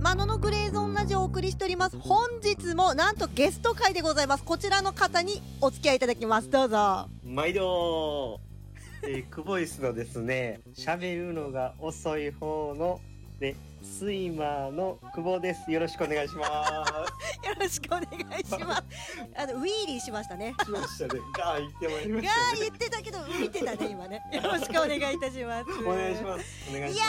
マノのグレーゾーンラジオをお送りしております本日もなんとゲスト会でございますこちらの方にお付き合いいただきますどうぞ毎度、えー、クボイスのですね喋るのが遅い方のでスイマーの久保ですよろしくお願いしまよろしくお願いし ますあのウィーリーしましたねす来ましたねガー言ってまいりがまーしたね言ってたけど浮いてたね今 ねよろしくお願いいたしますお願いしますお願いいしや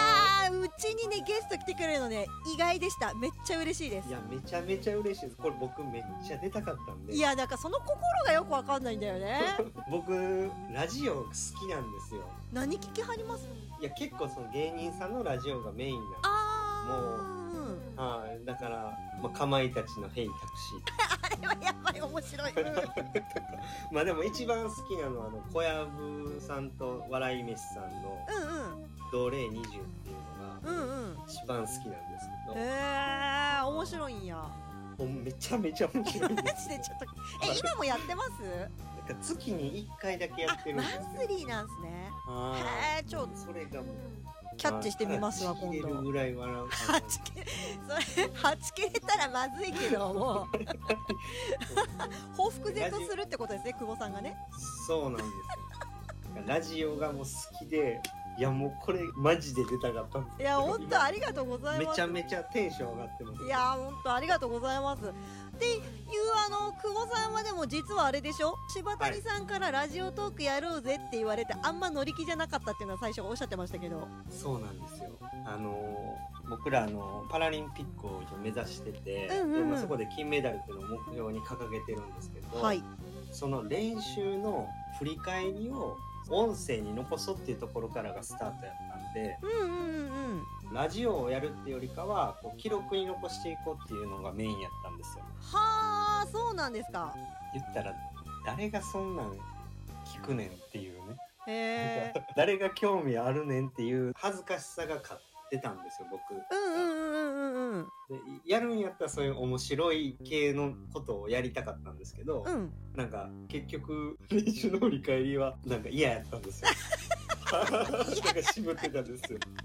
まーうちにねゲスト来てくれるのね意外でしためっちゃ嬉しいですすいやめちゃめちゃ嬉しいですこれ僕めっちゃ出たかったんでいやなんかその心がよくわかんないんだよね 僕ラジオ好きなんですよ何聞きはりますいや結構その芸人さんのラジオがメインなんであーうんはいだから、まあ、かまいたちの「ヘイタクシー」あれは やばい面白い、うんまあでも一番好きなのはあの小籔さんと笑い飯さんのうん「奴隷20」っていうのうんがうんうん一番好きなんですけど、へえ面白いんやもうめちゃめちゃ面白マいんジですで よちょっとえ今もやってますなんか月に1回だけやあってるんマンですスよリーなんすねはへえちょっいそれがもうとキャッチしてみますわまあ今ちぎれる度ぐらい笑うはちけそれはちけれたらまずいけど もう報復絶するってことですね久保さんがねそうなんですよラジオがもう好きでいやもうこれマジで出たかったんですいや本当ありがとうございめますちゃめちゃテンション上がってますいやー本当ありがとうございます。っていうあの久保さんはでも実はあれでしょ柴谷さんからラジオトークやろうぜって言われてあんま乗り気じゃなかったっていうのは最初おっしゃってましたけどそうなんですよ。あのー僕らあのパラリンピックを目指してて、うんうんうんでまあそこで金メダルっていうのを目標に掲げてるんですけど、はいその練習の振り返りを音声に残そうっていうところからがスタートやったんでうんうんうんラジオをやるってよりかはこう記録に残していこうっていうのがメインやったんですよ。はあそうなんですか言ったら誰がそんなん聞くねんっていうね、へえ誰が興味あるねんっていう恥ずかしさが勝ってたんですよ僕。うんうんうんうんうんでやるんやったらそういう面白い系のことをやりたかったんですけど、うんなんか結局練習の振り返りはなんか嫌やった んですよ。なんか渋ってたんですよ。うん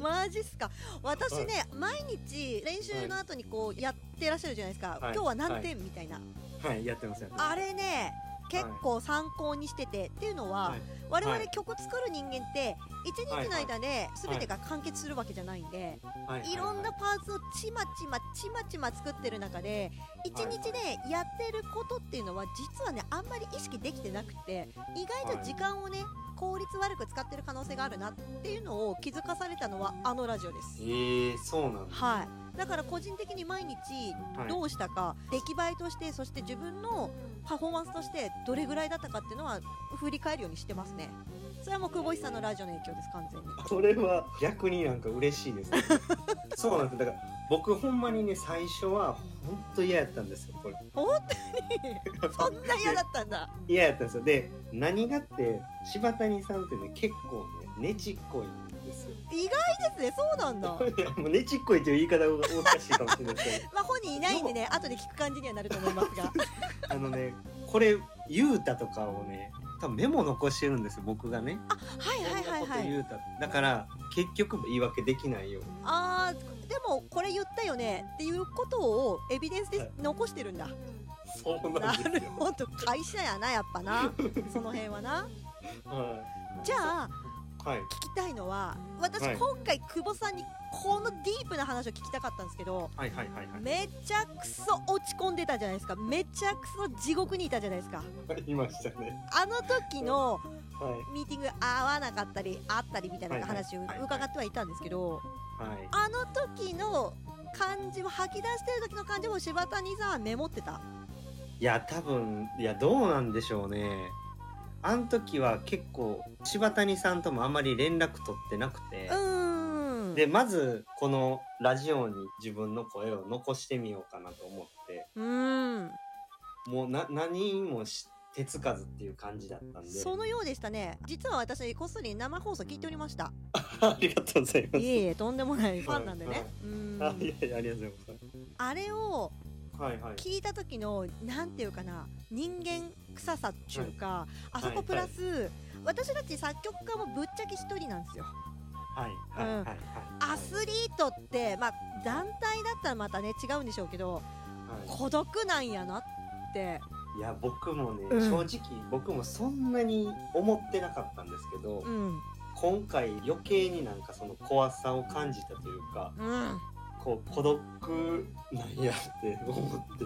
マジっすか私ね毎日練習の後にこうやってらっしゃるじゃないですか、はい今日は何点みたいな、はい、やってますやってます。あれね結構参考にしてて、っていうのは、はい我々はい曲作る人間って1日の間で全てが完結するわけじゃないんで、、はいろんなパーツをちまちまちまちま作ってる中で1日でやってることっていうのは実はねあんまり意識できてなくて意外と時間をね効率悪く使ってる可能性があるなっていうのを気づかされたのはあのラジオですえ。ー、そうなんだ。はい、だから個人的に毎日はいどうしたか、出来栄えとしてそして自分のパフォーマンスとしてどれぐらいだったかっていうのは振り返るようにしてますねそれはもう久保井さんのラジオの影響です完全にそれは逆になんか嬉しいです、 ね。そうなんです。だから僕ほんまにね最初は本当嫌やったんですよ。これ。本当 にそんな嫌だったんだ嫌やったんですよ。で何がって柴谷さんってね結構ねねちっこいんですよ。意外ですねそうなんだい やもうねちっこいという言い方がおかしいかもしれないですけまあ本人いないんでね後で聞く感じにはなると思います がどあのねこれゆうたとかをね多分メモ残してるんですよ僕がね。はいはいはいこんなはことい言うただから結局言い訳できないよ。あーでもこれ言ったよねっていうことをエビデンスで残してるんだ、そうななんでるすよ。ほど会社やなやっぱ なその辺はなはい、じゃああはい聞きたいのは私はい今回久保さんにこのディープな話を聞きたかったんですけどはいはいはいはい。めちゃくそ落ち込んでたじゃないですかめちゃくそ地獄にいたじゃないですかいましたね。あの時のはいミーティング合わなかったりあったりみたいな話をはいはいはいはい伺ってはいたんですけどはい。あの時の感じを吐き出してる時の感じを柴谷さんはメモってたいや多分いやどうなんでしょうね。あの時は結構柴谷さんともあんまり連絡取ってなくて。うーんでまずこのラジオに自分の声を残してみようかなと思ってうーんもうな何もし手つかずっていう感じだったんでそのようでしたね実は私こっそり生放送聞いておりました ありがとうございますいえいえとんでもないファンなんでねうあーんいやいやありがとうございあれをますはいはい聞いた時のなんていうかな人間臭さっていうか、あそこプラス、私たち作曲家もぶっちゃけ一人なんですよはいはいはいはい。アスリートって、まあ、団体だったらまたね違うんでしょうけどは孤独なんやなってい、いや僕もね、うん正直僕もそんなに思ってなかったんですけど、うん今回余計になんかその怖さを感じたというかうん こう孤独なんやって思って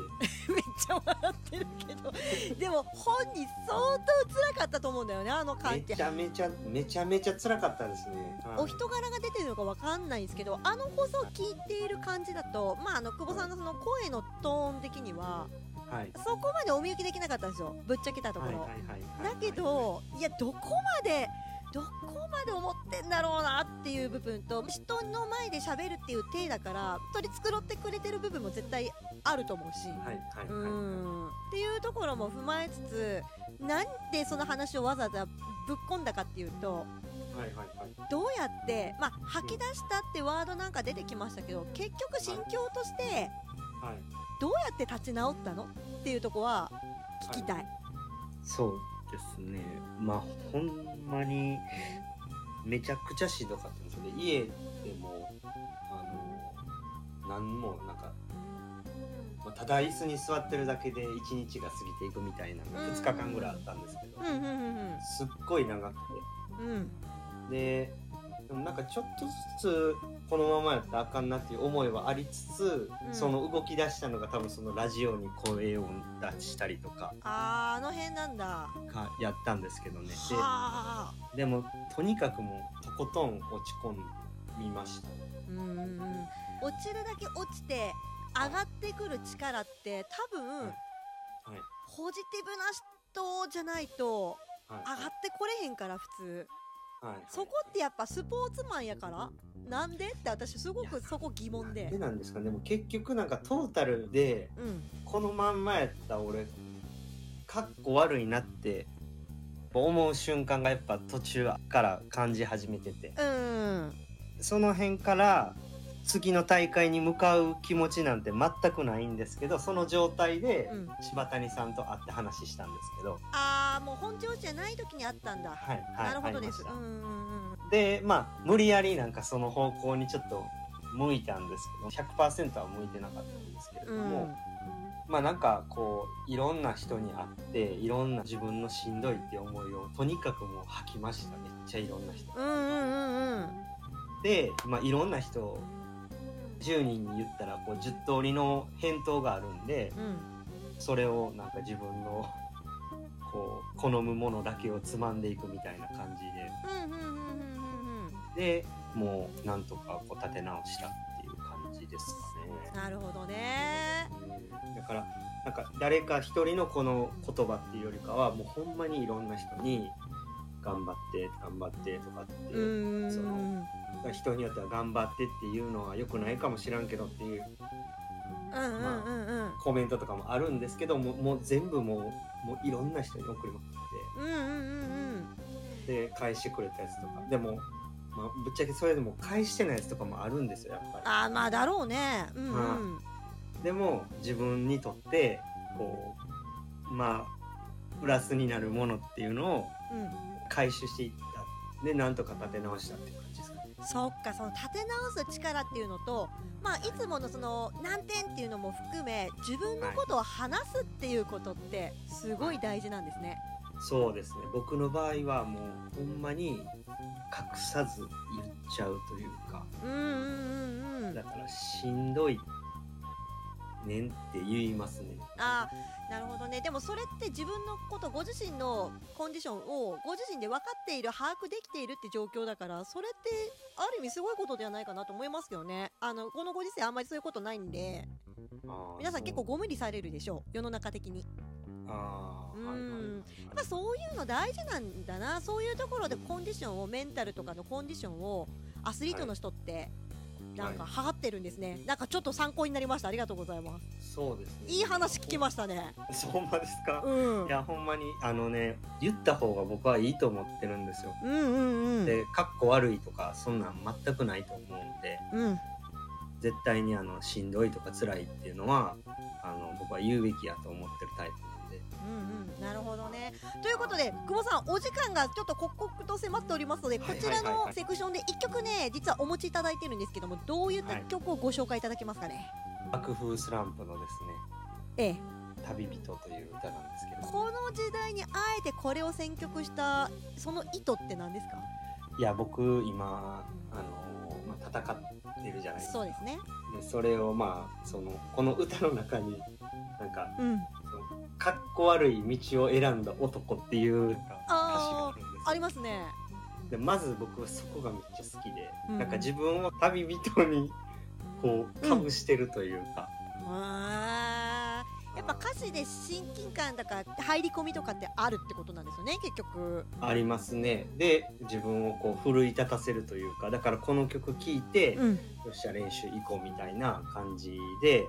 めっちゃ笑ってるけどでも本人相当辛かったと思うんだよねあの関め係ちゃめちゃめちゃめちゃ辛かったですね。はいお人柄が出てるのかわかんないんですけどあの放送を聞いている感じだと、まあ、あの久保さんのその声のトーン的にははいそこまでお見受けできなかったんですよぶっちゃけたとこはいろ、はいはいはいだけどいやどこまでどこまで思ってんだろうなっていう部分と人の前で喋るっていう体だから取り繕ってくれてる部分も絶対あると思うし、はいはいはい、うはんっていうところも踏まえつつなんでその話をわざわざぶっこんだかっていうといはいはいどうやって、まあ、吐き出したってワードなんか出てきましたけど結局心境としてはいどうやって立ち直ったのっていうとこは聞きたい。そうですねまあほんまにめちゃくちゃしんどかったんですよね家でもあの何もなんか、まあただ椅子に座ってるだけで1日が過ぎていくみたいなのがうん2日間ぐらいあったんですけどうんうんうんすっごい長くうんうんてででもなんかちょっとずつこのままやったらあかんなっていう思いはありつつ、うんその動き出したのが多分そのラジオに声を出したりとかあーあの辺なんだ。がやったんですけどね。ではあ。でもとにかくもうとことん落ち込みましたうんうんうん。落ちるだけ落ちて上がってくる力って多分、はいはいポジティブな人じゃないとはい上がってこれへんから普通。はいはいそこってやっぱスポーツマンやからなんでって私すごくそこ疑問なんでで。なんですかねでも結局なんかトータルでうん。このまんまやった俺かっこ悪いなって思う瞬間がやっぱ途中から感じ始めててうん。その辺から次の大会に向かう気持ちなんて全くないんですけどその状態でうん柴谷さんと会って話したんですけど、ああもう本調子じゃない時にあったんだ。はいはいなるほどです。う会いましたんうんうん。でまあ無理やりなんかその方向にちょっと向いたんですけど100%は向いてなかったんですけれども、まあなんかこういろんな人に会っていろんな自分のしんどいって思いをとにかくもう吐きましためっちゃいろんな人。うんうんうんうん。で、まあ、いろんな人を10人に言ったらこう10通りの返答があるんでうんそれをなんか自分のこう好むものだけをつまんでいくみたいな感じうんうんうんうんうん。ででもうなんとかこう立て直したっていう感じですかね。なるほどね。だからなんか誰か一人のこの言葉っていうよりかはもうほんまにいろんな人に頑張って頑張ってとかって、うーん。その人によっては頑張ってっていうのは良くないかもしらんけどっていううんうんうんうん。コメントとかもあるんですけどもうもう全部もうもういろんな人に送りまくっうんうんうんてで返してくれたやつとかでも、まあ、ぶっちゃけそれでも返してないやつとかもあるんですよやっぱり。ああまあだろうね。うんうん。はでも自分にとってこうまあプラスになるものっていうのをうん。回収していったでなんとか立て直したっていう感じですかね。そっかその立て直す力っていうのと、まあいつものその難点っていうのも含め自分のことを話すっていうことってすごい大事なんですね。そうですね僕の場合はもうほんまに隠さず言っちゃうというかうんうんうんうだん。からしんどいねんって言いますね。ああなるほどね。でもそれって自分のことご自身のコンディションをご自身で分かっている把握できているって状況だからそれってある意味すごいことではないかなと思いますけどね。あのこのご時世あんまりそういうことないんで。あー皆さん結構そうご無理されるでしょう世の中的にやあーはいはいはいうんっぱそういうの大事なんだなそういうところでコンディションをメンタルとかのコンディションをアスリートの人ってなんかはがってるんですね、なんかちょっと参考になりましたありがとうございますそうですねいい話聞きましたねす ほんまですか、うんいやほんまにあのね言った方が僕はいいと思ってるんですよ。うんうんうんでかっこ悪いとかそんなん全くないと思うんでうん絶対にあのしんどいとか辛いっていうのはあの僕は言うべきやと思ってるタイプなんでうんうんなるほどねということで久保さんお時間がちょっと刻々と迫っておりますのではいこはいちらはいのはいセクションで1曲ね実はお持ちいただいてるんですけどもどういった曲をご紹介いただけますかね、爆風スランプのですねええ「旅人」という歌なんですけどこの時代にあえてこれを選曲したその意図って何ですかいや僕今あの、まあ、戦ってるじゃないですかそうですねでそれをまあそのこの歌の中になんかうんそのかっこ悪い道を選んだ男っていう歌詞がああるんですよーありますねでまず僕はそこがめっちゃ好きで、うんなんか自分を旅人にこうかぶしてるというか、あーやっぱ歌詞で親近感だから入り込みとかってあるってことなんですよね結局ありますねで自分をこう奮い立たせるというかだからこの曲聴いて、よんっしゃ練習行こうみたいな感じで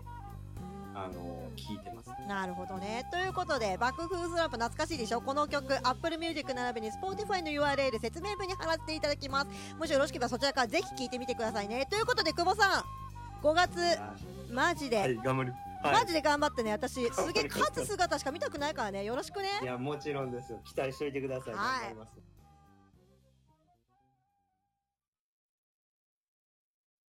あの聴いてますなるほどね。ということで、爆風スランプ懐かしいでしょこの曲、Apple Music 並びに Spotify の URL 説明文に貼らせていただきます。もしよろしければそちらからぜひ聴いてみてくださいね。ということで、久保さん、5月、あマジで、はい頑張る、はい、マジで頑張ってね。私、すげえ頑張ります勝つ姿しか見たくないからね。よろしくね。いやもちろんですよ期待しておいてくださはい、い頑張ります